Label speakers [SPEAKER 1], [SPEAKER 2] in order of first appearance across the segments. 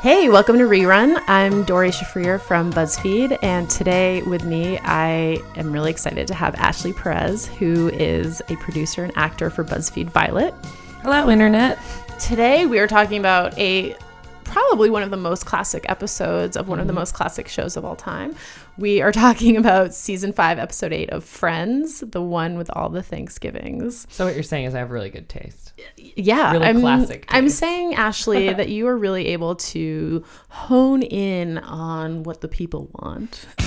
[SPEAKER 1] Hey, welcome to Rerun. I'm Dori Shafrir from BuzzFeed, and today with me, I am really excited to have Ashley Perez, who is a producer and actor for BuzzFeed Violet.
[SPEAKER 2] Hello, Internet.
[SPEAKER 1] Today, we are talking about a probably one of the most classic episodes of one of the most classic shows of all time. We are talking about season five, episode eight of Friends, the one with all the Thanksgivings.
[SPEAKER 2] So, what you're saying is I have really good taste.
[SPEAKER 1] Yeah,
[SPEAKER 2] Really
[SPEAKER 1] I'm,
[SPEAKER 2] classic
[SPEAKER 1] I'm
[SPEAKER 2] taste.
[SPEAKER 1] saying, Ashley, that you are really able to hone in on what the people want. You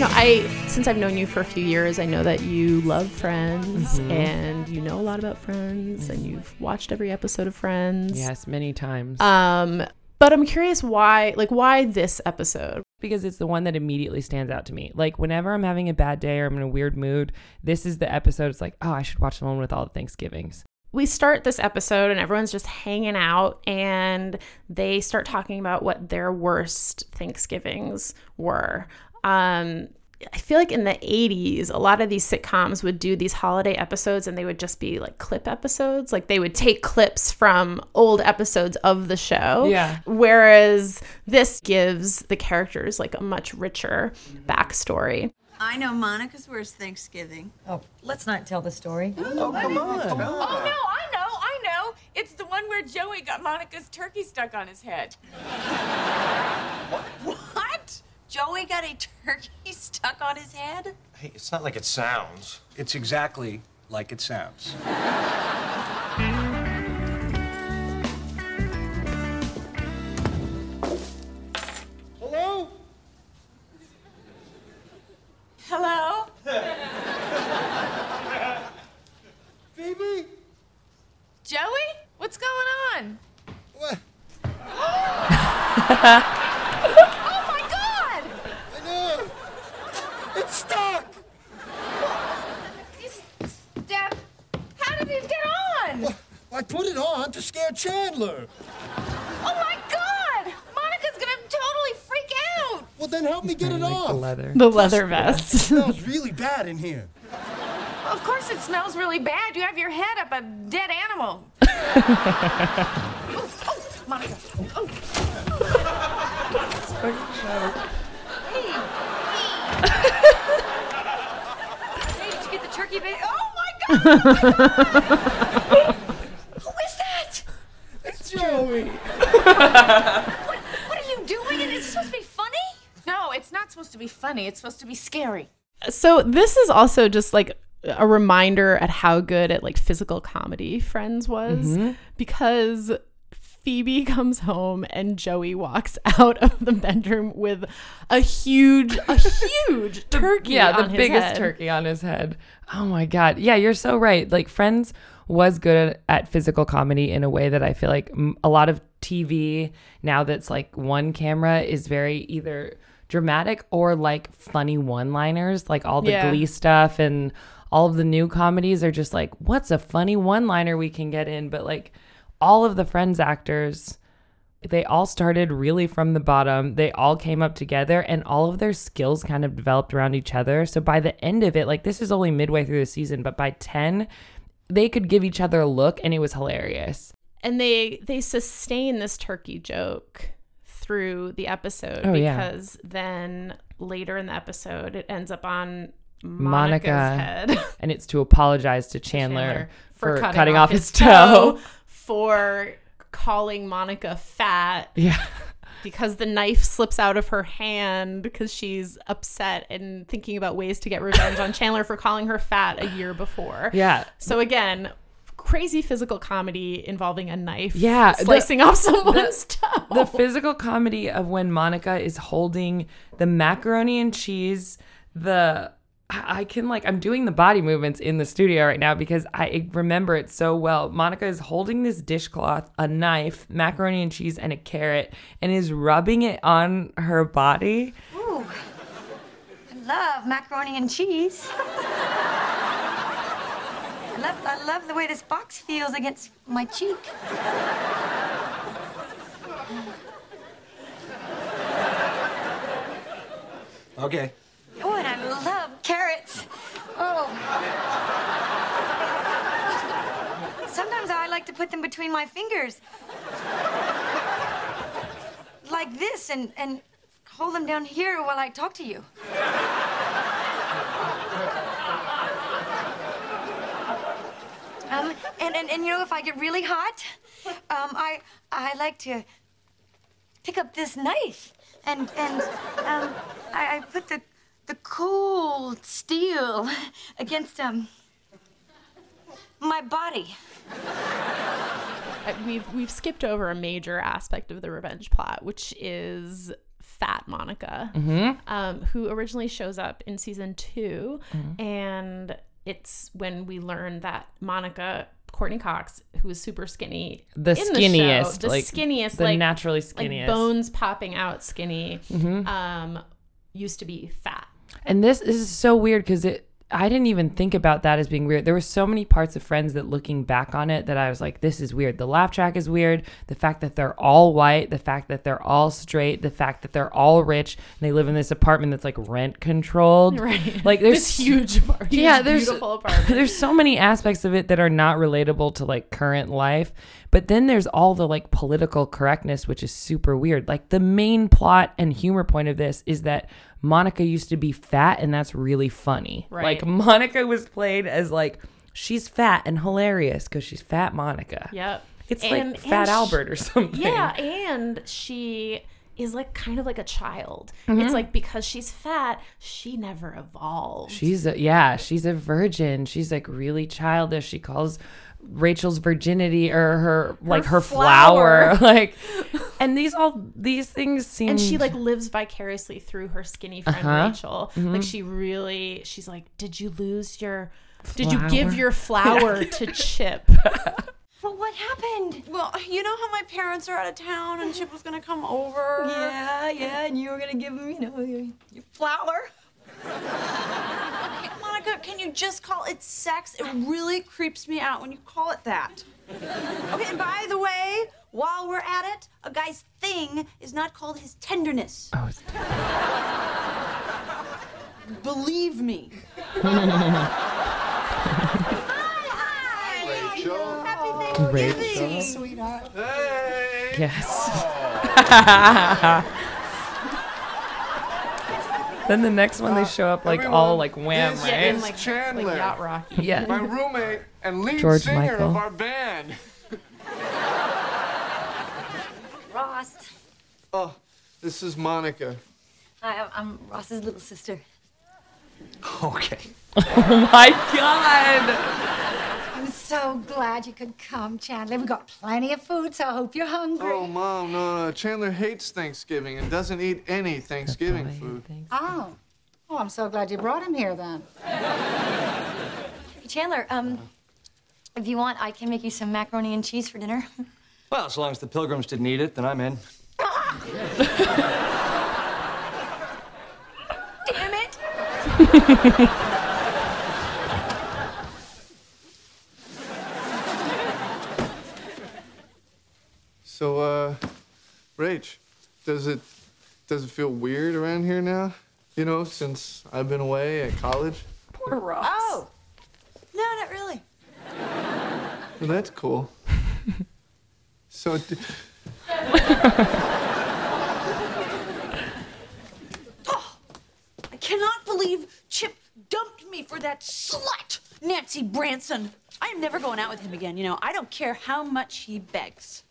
[SPEAKER 1] know, I since I've known you for a few years, I know that you love Friends
[SPEAKER 2] Mm-hmm.
[SPEAKER 1] and you know a lot about Friends and you've watched every episode of Friends.
[SPEAKER 2] Yes, many times.
[SPEAKER 1] Um, but I'm curious why, like, why this episode?
[SPEAKER 2] because it's the one that immediately stands out to me. Like, whenever I'm having a bad day or I'm in a weird mood, this is the episode. It's like, oh, I should watch the one with all the Thanksgivings.
[SPEAKER 1] we start this episode and everyone's just hanging out and they start talking about what their worst Thanksgivings were. Um, I feel like in the 80s, a lot of these sitcoms would do these holiday episodes and they would just be like clip episodes. Like they would take clips from old episodes of the show.
[SPEAKER 2] Yeah.
[SPEAKER 1] Whereas this gives the characters like a much richer backstory.
[SPEAKER 3] I know Monica's worst Thanksgiving.
[SPEAKER 4] Oh, let's not tell the story.
[SPEAKER 5] No, I know, Oh, I know. It's the one where Joey got Monica's turkey stuck on his head.
[SPEAKER 3] What? Joey got a turkey stuck on his head?
[SPEAKER 6] Hey, it's not like it sounds. It's exactly like it sounds. Hello?
[SPEAKER 5] Hello?
[SPEAKER 6] Phoebe?
[SPEAKER 5] Joey? What's going on?
[SPEAKER 6] What?
[SPEAKER 5] Oh my god!
[SPEAKER 6] I know! It's stuck!
[SPEAKER 5] You s- Step. How did it get on?
[SPEAKER 6] I put it on to scare Chandler.
[SPEAKER 5] Oh my god! Monica's gonna totally freak out!
[SPEAKER 6] Well, then help me get it
[SPEAKER 2] I like the
[SPEAKER 6] off. It
[SPEAKER 2] leather.
[SPEAKER 1] The leather vest.
[SPEAKER 6] smells really bad in here.
[SPEAKER 5] Of course it smells really bad. You have your head up a dead animal. oh, oh, Monica. Oh.
[SPEAKER 3] Hey, did you get the turkey bait?
[SPEAKER 5] oh my god! Who is that?
[SPEAKER 6] It's Joey.
[SPEAKER 5] What are you doing? And it's supposed to be funny? No, it's not supposed to be funny. It's supposed to be scary.
[SPEAKER 1] So this is also just like a reminder at how good at like physical comedy Friends was
[SPEAKER 2] Mm-hmm.
[SPEAKER 1] because Phoebe comes home and Joey walks out of the bedroom with a huge, a huge turkey.
[SPEAKER 2] Yeah, the
[SPEAKER 1] on his
[SPEAKER 2] biggest
[SPEAKER 1] head.
[SPEAKER 2] turkey on his head. Oh my god. Yeah, you're so right. Like Friends was good at, at physical comedy in a way that I feel like mm, a lot of TV now that's like one camera is very either dramatic or like funny one-liners, like all the
[SPEAKER 1] Yeah.
[SPEAKER 2] glee stuff and all of the new comedies are just like what's a funny one-liner we can get in, but like all of the Friends actors they all started really from the bottom. They all came up together and all of their skills kind of developed around each other. So by the end of it, like this is only midway through the season, but by 10, they could give each other a look and it was hilarious.
[SPEAKER 1] and they they sustain this turkey joke through the episode
[SPEAKER 2] Oh, yeah.
[SPEAKER 1] because then later in the episode it ends up on Monica's
[SPEAKER 2] Monica.
[SPEAKER 1] head.
[SPEAKER 2] And it's to apologize to Chandler,
[SPEAKER 1] Chandler
[SPEAKER 2] for, cutting, off his toe.
[SPEAKER 1] for calling Monica fat
[SPEAKER 2] Yeah.
[SPEAKER 1] because the knife slips out of her hand because she's upset and thinking about ways to get revenge on Chandler for calling her fat a year before.
[SPEAKER 2] Yeah.
[SPEAKER 1] So again, crazy physical comedy involving a knife.
[SPEAKER 2] Yeah, the-
[SPEAKER 1] Slicing off someone's toe.
[SPEAKER 2] the physical comedy of when Monica is holding the macaroni and cheese, the I I can like I'm doing the body movements in the studio right now because I remember it so well. Monica is holding this dishcloth, a knife, macaroni and cheese, and a carrot, and is rubbing it on her body.
[SPEAKER 3] I love macaroni and cheese. I love, I love the way this box feels against my cheek.
[SPEAKER 6] Okay.
[SPEAKER 3] Oh, and I love carrots. Oh. Sometimes I like to put them between my fingers. like this and, and hold them down here while I talk to you. um, and, and, and you know, if I get really hot, um, I, I like to pick up this knife and, and um, I, I put the, the cold steel against um, my body.
[SPEAKER 1] I- we've we've skipped over a major aspect of the revenge plot, which is Fat Monica,
[SPEAKER 2] Mm-hmm.
[SPEAKER 1] um, who originally shows up in season 2
[SPEAKER 2] Mm-hmm.
[SPEAKER 1] and it's when we learn that Monica Courtney Cox, who is super skinny,
[SPEAKER 2] The
[SPEAKER 1] in
[SPEAKER 2] skinniest,
[SPEAKER 1] the, show, the
[SPEAKER 2] like,
[SPEAKER 1] skinniest,
[SPEAKER 2] the
[SPEAKER 1] like
[SPEAKER 2] naturally
[SPEAKER 1] like
[SPEAKER 2] skinniest. Mm-hmm.
[SPEAKER 1] bones popping out, skinny, um, used to be fat.
[SPEAKER 2] And this, this is so weird because it. I didn't even think about that as being weird. There were so many parts of Friends that looking back on it that I was like, this is weird. The laugh track is weird. The fact that they're all white, the fact that they're all straight, the fact that they're all rich and they live in this apartment that's like rent controlled.
[SPEAKER 1] Right.
[SPEAKER 2] Like there's
[SPEAKER 1] This huge, apart- huge
[SPEAKER 2] yeah, there's
[SPEAKER 1] beautiful apartment.
[SPEAKER 2] there's so many aspects of it that are not relatable to like current life. But then there's all the like political correctness, which is super weird. Like the main plot and humor point of this is that Monica used to be fat, and that's really funny.
[SPEAKER 1] Right.
[SPEAKER 2] Like Monica was played as like she's fat and hilarious because she's fat Monica.
[SPEAKER 1] Yep.
[SPEAKER 2] It's
[SPEAKER 1] And-
[SPEAKER 2] like Fat
[SPEAKER 1] and sh-
[SPEAKER 2] Albert or something.
[SPEAKER 1] Yeah, and she is like kind of like a child. It's like because she's fat, she never evolved.
[SPEAKER 2] She's a, yeah, she's a virgin. She's like really childish. She calls Rachel's virginity or her like her, flower. like and these all these things seem
[SPEAKER 1] and she like lives vicariously through her skinny friend Rachel. Like she really she's like, "Did you lose your Did you give
[SPEAKER 2] Flower.
[SPEAKER 1] your flower to Chip?"
[SPEAKER 3] But what happened?
[SPEAKER 5] Well, you know how my parents are out of town and Chip was gonna come over?
[SPEAKER 3] Yeah, yeah, and you were gonna give him, you know, your, your flower.
[SPEAKER 5] Monica, can you just call it sex? It really creeps me out when you call it that. Okay, and by the way, while we're at it, a guy's thing is not called his tenderness.
[SPEAKER 2] Oh, it's-
[SPEAKER 5] Believe me.
[SPEAKER 2] Rachel. Yes. then the next one they show up like all
[SPEAKER 7] everyone,
[SPEAKER 2] like wham,
[SPEAKER 7] this
[SPEAKER 2] right?
[SPEAKER 1] And
[SPEAKER 7] It's
[SPEAKER 1] like
[SPEAKER 7] Chandler.
[SPEAKER 1] like yacht rocky.
[SPEAKER 7] my
[SPEAKER 2] yeah.
[SPEAKER 7] roommate and lead
[SPEAKER 2] George
[SPEAKER 7] singer
[SPEAKER 2] Michael.
[SPEAKER 7] of our band.
[SPEAKER 3] Ross.
[SPEAKER 7] Oh, this is Monica.
[SPEAKER 3] Hi, I'm- I'm Ross's little sister.
[SPEAKER 7] Okay.
[SPEAKER 2] My God.
[SPEAKER 8] I'm so glad you could come, Chandler. We got plenty of food, so I hope you're hungry.
[SPEAKER 7] Oh, Mom, no, no. Chandler hates Thanksgiving and doesn't eat any Thanksgiving food.
[SPEAKER 8] Oh. Oh, I'm so glad you brought him here then.
[SPEAKER 3] Chandler, um, if you want, I can make you some macaroni and cheese for dinner.
[SPEAKER 9] Well, as long as the pilgrims didn't eat it, then I'm in.
[SPEAKER 3] Damn it!
[SPEAKER 7] So, uh, Rach, does it does it feel weird around here now? You know, since I've been away at college.
[SPEAKER 5] Oh. No, not really.
[SPEAKER 7] Well, that's cool. so, d-
[SPEAKER 5] Oh, I cannot believe Chip dumped me for that slut, Nancy Branson. I am never going out with him again, you know. I don't care how much he begs.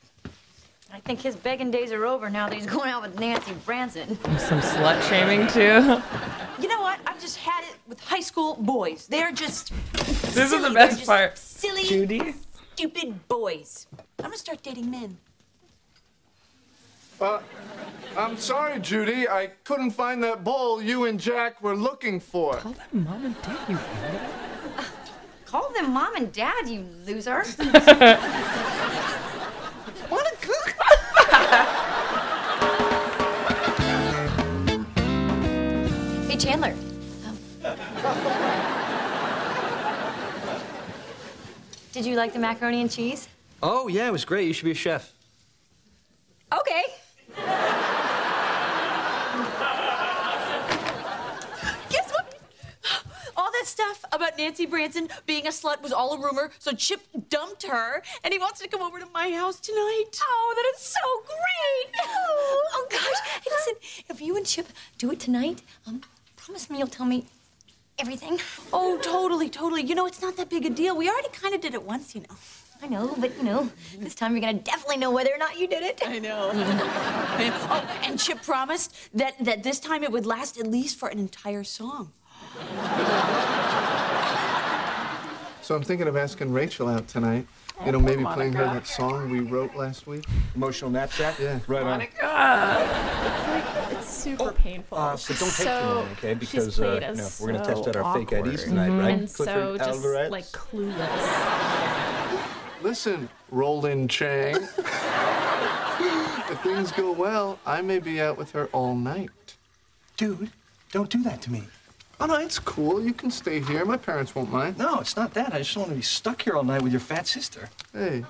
[SPEAKER 3] I think his begging days are over now that he's going out with Nancy Branson.
[SPEAKER 2] Some slut shaming too.
[SPEAKER 5] You know what? I've just had it with high school boys. They're just.
[SPEAKER 2] This is the
[SPEAKER 5] They're
[SPEAKER 2] best
[SPEAKER 5] just
[SPEAKER 2] part.
[SPEAKER 5] Silly,
[SPEAKER 2] Judy.
[SPEAKER 5] stupid boys. I'm gonna start dating men.
[SPEAKER 7] uh, I'm sorry, Judy. I couldn't find that bowl you and Jack were looking for.
[SPEAKER 2] All that mom and dad you
[SPEAKER 3] Call them mom and dad, you loser. hey, Chandler. Um, did you like the macaroni and cheese?
[SPEAKER 9] Oh, yeah, it was great. You should be a chef.
[SPEAKER 3] Okay.
[SPEAKER 5] Guess what? All that stuff about Nancy Branson being a slut was all a rumor, so Chip dumped her, and he wants to come over to my house tonight.
[SPEAKER 3] Oh, that is so great! Oh, gosh. Hey, listen, if you and Chip do it tonight, um, promise me you'll tell me everything.
[SPEAKER 5] Oh, totally, totally. You know, it's not that big a deal. We already kind of did it once, you know.
[SPEAKER 3] I know, but you know, this time you're gonna definitely know whether or not you did it.
[SPEAKER 5] I know. oh, and Chip promised that that this time it would last at least for an entire song.
[SPEAKER 7] So I'm thinking of asking Rachel out tonight. You know, maybe playing her that song we wrote last week.
[SPEAKER 6] Emotional knapsack?
[SPEAKER 7] Yeah.
[SPEAKER 6] Right on.
[SPEAKER 1] It's super painful.
[SPEAKER 6] Uh, so don't take too
[SPEAKER 1] So
[SPEAKER 6] long, okay?
[SPEAKER 1] she's
[SPEAKER 6] Because uh,
[SPEAKER 1] played
[SPEAKER 6] you
[SPEAKER 1] us
[SPEAKER 6] know, we're gonna test
[SPEAKER 1] so
[SPEAKER 6] out our fake
[SPEAKER 1] awkward.
[SPEAKER 6] IDs tonight, right?
[SPEAKER 1] And so
[SPEAKER 6] Clifford
[SPEAKER 1] just
[SPEAKER 6] Alvarez?
[SPEAKER 1] like clueless.
[SPEAKER 7] Listen, Roland Chang. if things go well, I may be out with her all night.
[SPEAKER 6] Dude, don't do that to me.
[SPEAKER 7] Oh no, it's cool. You can stay here. My parents won't mind.
[SPEAKER 6] No, it's not that. I just don't want to be stuck here all night with your fat sister.
[SPEAKER 7] Hey,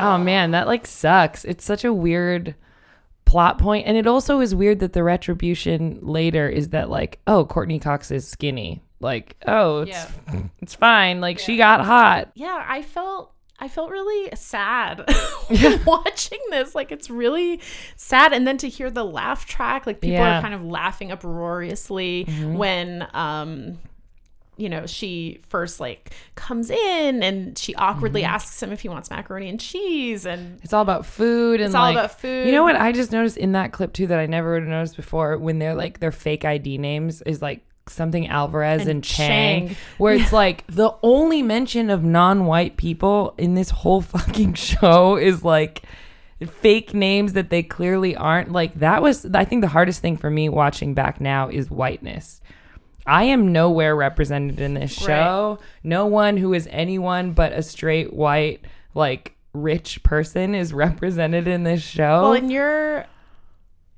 [SPEAKER 2] Oh man, that like sucks. It's such a weird plot point and it also is weird that the retribution later is that like, oh, Courtney Cox is skinny. Like, oh, it's it's fine. Like she got hot.
[SPEAKER 1] yeah i felt i felt really sad watching this like it's really sad and then to hear the laugh track like people
[SPEAKER 2] Yeah.
[SPEAKER 1] are kind of laughing uproariously when um you know she first like comes in and she awkwardly asks him if he wants macaroni and cheese and
[SPEAKER 2] It's all about food and
[SPEAKER 1] It's all
[SPEAKER 2] like-
[SPEAKER 1] about food.
[SPEAKER 2] You know what I just noticed in that clip too that I never would have noticed before when they're like their fake ID names is like something Alvarez and,
[SPEAKER 1] And
[SPEAKER 2] Chang,
[SPEAKER 1] Chang.
[SPEAKER 2] where it's like the only mention of non-white people in this whole fucking show is like fake names that they clearly aren't. Like that was I think the hardest thing for me watching back now is whiteness. I am nowhere represented in this show. No one who is anyone but a straight white, like rich person is represented in this show.
[SPEAKER 1] well and you're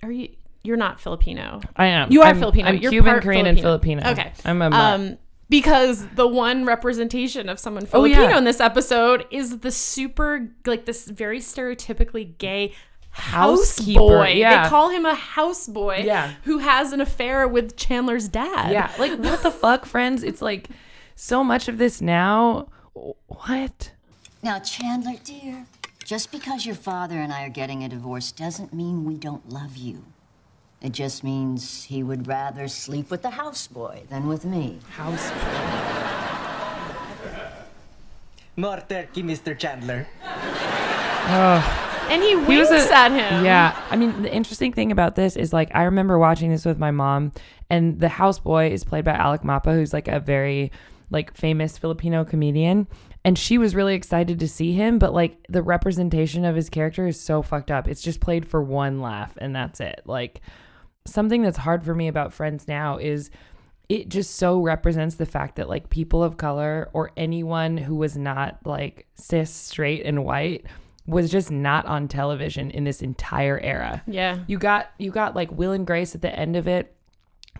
[SPEAKER 1] are you you're not filipino
[SPEAKER 2] I am.
[SPEAKER 1] You are
[SPEAKER 2] I'm-
[SPEAKER 1] Filipino.
[SPEAKER 2] I'm
[SPEAKER 1] You're
[SPEAKER 2] Cuban,
[SPEAKER 1] part
[SPEAKER 2] Korean,
[SPEAKER 1] Filipino.
[SPEAKER 2] and Filipino.
[SPEAKER 1] Okay.
[SPEAKER 2] I'm a mutt.
[SPEAKER 1] um because the one representation of someone
[SPEAKER 2] Oh, yeah.
[SPEAKER 1] Filipino in this episode is the super like this very stereotypically gay
[SPEAKER 2] Housekeeper,
[SPEAKER 1] houseboy.
[SPEAKER 2] yeah.
[SPEAKER 1] They call him a houseboy
[SPEAKER 2] Yeah.
[SPEAKER 1] who has an affair with Chandler's dad.
[SPEAKER 2] yeah. Like what the fuck, friends? It's like so much of this now. What?
[SPEAKER 10] Now, Chandler, dear, just because your father and I are getting a divorce doesn't mean we don't love you. It just means he would rather sleep with the houseboy than with me.
[SPEAKER 2] House.
[SPEAKER 9] More turkey, Mr. Chandler.
[SPEAKER 1] And he winks at him.
[SPEAKER 2] Yeah. I mean, the interesting thing about this is like I remember watching this with my mom, and the houseboy is played by Alec Mappa, who's like a very like famous Filipino comedian. And she was really excited to see him, but like the representation of his character is so fucked up. It's just played for one laugh and that's it. Like something that's hard for me about Friends now is it just so represents the fact that like people of color or anyone who was not like cis, straight, and white was just not on television in this entire era.
[SPEAKER 1] Yeah.
[SPEAKER 2] You got you got like Will and Grace at the end of it.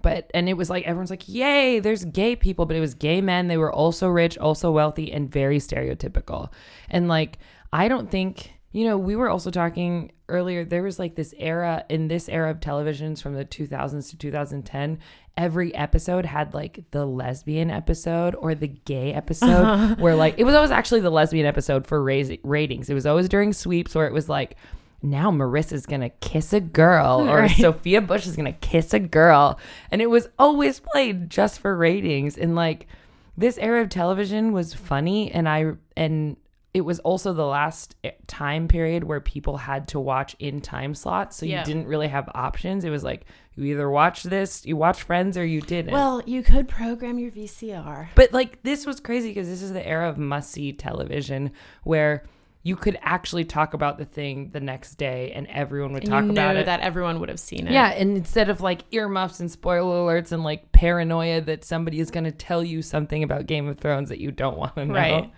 [SPEAKER 2] But and it was like everyone's like, "Yay, there's gay people," but it was gay men. They were also rich, also wealthy, and very stereotypical. And like, I don't think you know. We were also talking earlier. There was like this era in this era of televisions from the 2000s to 2010. Every episode had like the lesbian episode or the gay episode, where like it was always actually the lesbian episode for raise, ratings. It was always during sweeps where it was like now Marissa's gonna kiss a girl or Sophia Bush is gonna kiss a girl. And it was always played just for ratings. And like this era of television was funny and I and it was also the last eh, time period where people had to watch in time slots. So
[SPEAKER 1] Yeah.
[SPEAKER 2] you didn't really have options. It was like you either watch this, you watch Friends, or you didn't.
[SPEAKER 1] Well, you could program your VCR.
[SPEAKER 2] But like this was crazy because this is the era of must see television where you could actually talk about the thing the next day and everyone would
[SPEAKER 1] And
[SPEAKER 2] talk
[SPEAKER 1] you
[SPEAKER 2] about
[SPEAKER 1] know
[SPEAKER 2] it.
[SPEAKER 1] that everyone would have seen it.
[SPEAKER 2] yeah, and instead of like earmuffs and spoiler alerts and like paranoia that somebody is going to tell you something about Game of Thrones that you don't want to know.
[SPEAKER 1] Right.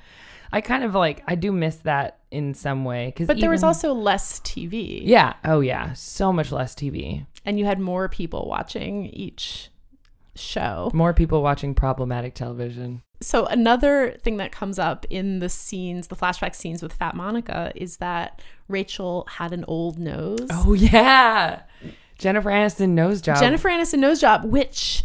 [SPEAKER 2] I kind of like I do miss that in some way cuz
[SPEAKER 1] But there was also less TV.
[SPEAKER 2] Yeah, oh yeah, so much less TV.
[SPEAKER 1] And you had more people watching each show.
[SPEAKER 2] More people watching problematic television.
[SPEAKER 1] so another thing that comes up in the scenes, the flashback scenes with Fat Monica, is that Rachel had an old nose.
[SPEAKER 2] Oh yeah. Jennifer Aniston nose job.
[SPEAKER 1] Jennifer Aniston nose job, which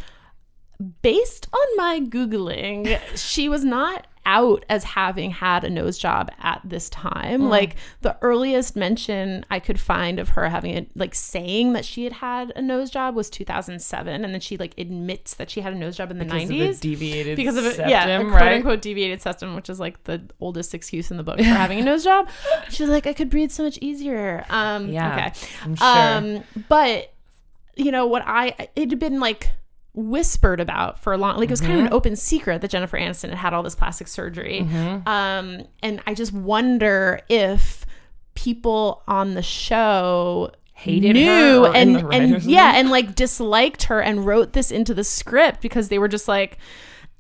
[SPEAKER 1] based on my Googling, she was not out as having had a nose job at this time.
[SPEAKER 11] Mm.
[SPEAKER 1] Like the earliest mention I could find of her having a, like saying that she had had a nose job was 2007. And then she like admits that she had a nose job in the
[SPEAKER 2] Because of a
[SPEAKER 1] 90s.
[SPEAKER 2] deviated
[SPEAKER 1] because of it, yeah, a
[SPEAKER 2] septum,
[SPEAKER 1] quote
[SPEAKER 2] right?
[SPEAKER 1] unquote deviated septum, which is like the oldest excuse in the book for having a nose job. She was like, I could breathe so much easier. Um,
[SPEAKER 2] Yeah,
[SPEAKER 1] Okay.
[SPEAKER 2] I'm sure.
[SPEAKER 1] Um, but you know what I it had been like whispered about for a long like it was kind of
[SPEAKER 2] Mhm.
[SPEAKER 1] an open secret that Jennifer Aniston had had all this plastic surgery.
[SPEAKER 2] Mhm.
[SPEAKER 1] Um and I just wonder if people on the show
[SPEAKER 2] Hated
[SPEAKER 1] knew
[SPEAKER 2] her or in
[SPEAKER 1] and
[SPEAKER 2] the
[SPEAKER 1] and
[SPEAKER 2] writers'
[SPEAKER 1] yeah
[SPEAKER 2] room.
[SPEAKER 1] and like disliked her and wrote this into the script because they were just like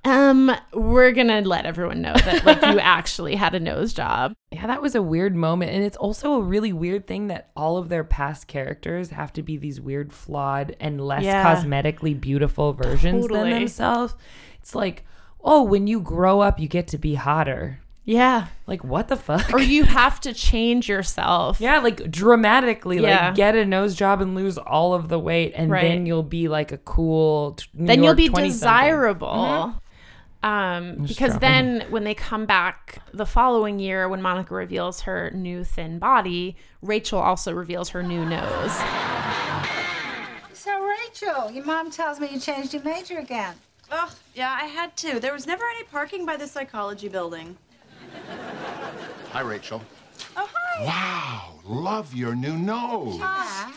[SPEAKER 1] um we're going to let everyone know that like you actually had a nose job.
[SPEAKER 2] Yeah, that was a weird moment. And it's also a really weird thing that all of their past characters have to be these weird, flawed, and less
[SPEAKER 1] Yeah.
[SPEAKER 2] cosmetically beautiful versions
[SPEAKER 1] Totally.
[SPEAKER 2] than themselves. It's like, oh, when you grow up, you get to be hotter.
[SPEAKER 1] Yeah.
[SPEAKER 2] Like, what the fuck?
[SPEAKER 1] Or you have to change yourself.
[SPEAKER 2] Yeah, like dramatically,
[SPEAKER 1] Yeah.
[SPEAKER 2] like get a nose job and lose all of the weight, and
[SPEAKER 1] Right.
[SPEAKER 2] then you'll be like a cool. t- New
[SPEAKER 1] then you'll
[SPEAKER 2] York
[SPEAKER 1] be
[SPEAKER 2] 20-something.
[SPEAKER 1] desirable.
[SPEAKER 2] Mhm.
[SPEAKER 1] Um,
[SPEAKER 2] Just
[SPEAKER 1] because
[SPEAKER 2] dropping
[SPEAKER 1] then when they come back the following year, when Monica reveals her new thin body, Rachel also reveals her new nose.
[SPEAKER 8] So, Rachel, your mom tells me you changed your major again.
[SPEAKER 5] Ugh, yeah, I had to. There was never any parking by the psychology building.
[SPEAKER 12] Hi, Rachel.
[SPEAKER 5] Oh, hi.
[SPEAKER 12] Wow, love your new nose.
[SPEAKER 5] Hi.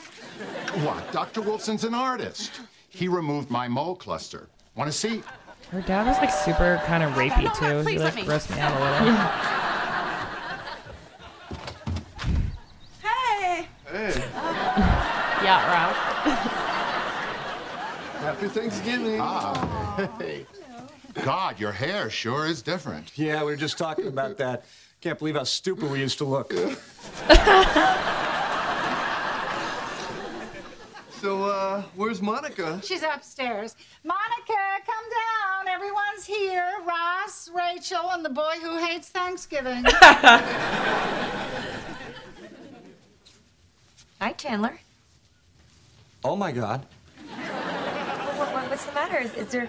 [SPEAKER 12] What? Dr. Wilson's an artist. He removed my mole cluster. Want to see?
[SPEAKER 2] Her dad was like super kind of rapey too.
[SPEAKER 12] please
[SPEAKER 2] he
[SPEAKER 12] let
[SPEAKER 2] like
[SPEAKER 12] me.
[SPEAKER 2] grossed me out a little.
[SPEAKER 5] Hey.
[SPEAKER 7] Hey.
[SPEAKER 1] Yeah, Rob.
[SPEAKER 7] Happy Thanksgiving.
[SPEAKER 12] Ah. Hey. God, your hair sure is different.
[SPEAKER 9] Yeah, we were just talking about that. Can't believe how stupid we used to look.
[SPEAKER 7] So, uh, where's Monica?
[SPEAKER 8] She's upstairs. Monica, come down. Everyone's here. Ross, Rachel, and the boy who hates Thanksgiving.
[SPEAKER 4] Hi, Chandler.
[SPEAKER 9] Oh my God.
[SPEAKER 4] What, what- what's the matter? Is, is there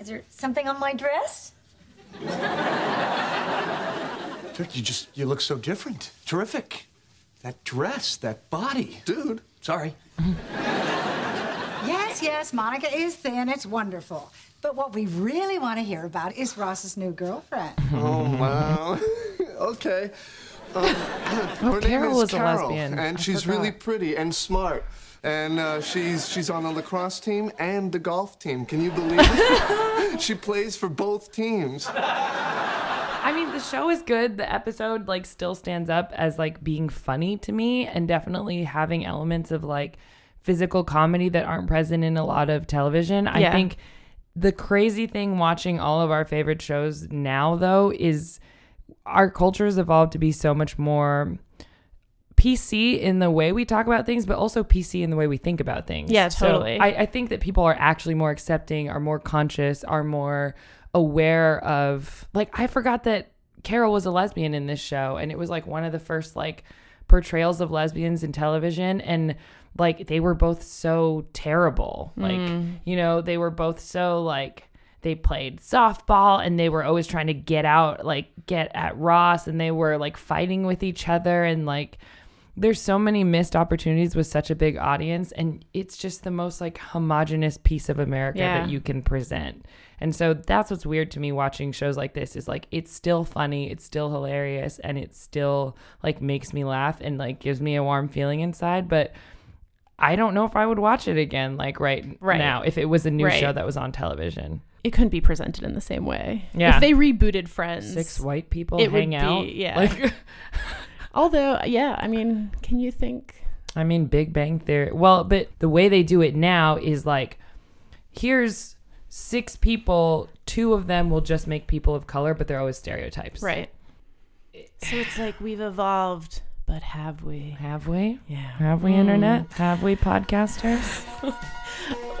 [SPEAKER 4] is there something on my dress?
[SPEAKER 9] Dude, you just, you look so different. Terrific. That dress, that body. Dude. Sorry.
[SPEAKER 8] yes, yes, Monica is thin. It's wonderful. But what we really want to hear about is Ross's new girlfriend.
[SPEAKER 7] Oh, wow. okay. Um,
[SPEAKER 2] Carol
[SPEAKER 7] her name
[SPEAKER 2] was
[SPEAKER 7] is
[SPEAKER 2] a
[SPEAKER 7] Carol,
[SPEAKER 2] lesbian.
[SPEAKER 7] and
[SPEAKER 2] I
[SPEAKER 7] she's
[SPEAKER 2] forgot.
[SPEAKER 7] really pretty and smart. And uh, she's she's on the lacrosse team and the golf team. Can you believe it? she plays for both teams.
[SPEAKER 2] I mean, the show is good. The episode like still stands up as like being funny to me and definitely having elements of like physical comedy that aren't present in a lot of television. I
[SPEAKER 1] Yeah.
[SPEAKER 2] think the crazy thing watching all of our favorite shows now though is our culture has evolved to be so much more PC in the way we talk about things, but also PC in the way we think about things.
[SPEAKER 1] Yeah,
[SPEAKER 2] So
[SPEAKER 1] totally.
[SPEAKER 2] I, I think that people are actually more accepting, are more conscious, are more aware of. Like, I forgot that Carol was a lesbian in this show, and it was like one of the first like portrayals of lesbians in television, and like they were both so terrible. Like,
[SPEAKER 1] Mm.
[SPEAKER 2] you know, they were both so like. They played softball and they were always trying to get out, like get at Ross, and they were like fighting with each other. And like, there's so many missed opportunities with such a big audience and it's just the most like homogenous piece of america
[SPEAKER 1] Yeah.
[SPEAKER 2] that you can present and so that's what's weird to me watching shows like this is like it's still funny it's still hilarious and it still like makes me laugh and like gives me a warm feeling inside but i don't know if i would watch it again like right,
[SPEAKER 1] Right.
[SPEAKER 2] now if it was a new
[SPEAKER 1] Right.
[SPEAKER 2] show that was on television
[SPEAKER 1] It couldn't be presented in the same way.
[SPEAKER 2] Yeah.
[SPEAKER 1] If they rebooted Friends,
[SPEAKER 2] Six white people
[SPEAKER 1] it would
[SPEAKER 2] hang out?
[SPEAKER 1] Be, yeah.
[SPEAKER 2] Like-
[SPEAKER 1] Although, yeah, I mean, can you think?
[SPEAKER 2] I mean, Big Bang Theory. Well, but the way they do it now is like, here's six people, two of them will just make people of color, but they're always stereotypes.
[SPEAKER 1] Right. So it's like we've evolved, but have we?
[SPEAKER 2] Have we?
[SPEAKER 1] Yeah.
[SPEAKER 2] Have we,
[SPEAKER 1] Mm.
[SPEAKER 2] internet? Have we, podcasters?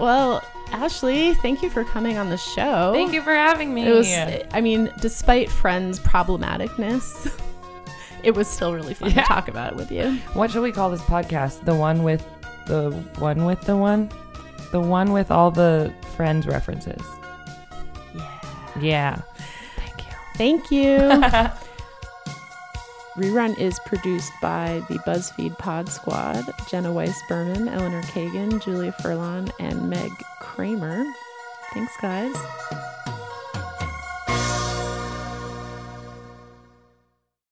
[SPEAKER 1] Well, Ashley, thank you for coming on the show.
[SPEAKER 2] Thank you for having me.
[SPEAKER 1] It was, I mean, despite Friends' problematicness, it was still really fun to talk about it with you.
[SPEAKER 2] What should we call this podcast? The one with the one with the one? The one with all the friends references. Yeah.
[SPEAKER 1] Thank you. Rerun is produced by the BuzzFeed Pod Squad Jenna Weiss Berman, Eleanor Kagan, Julia Furlan, and Meg Kramer. Thanks, guys.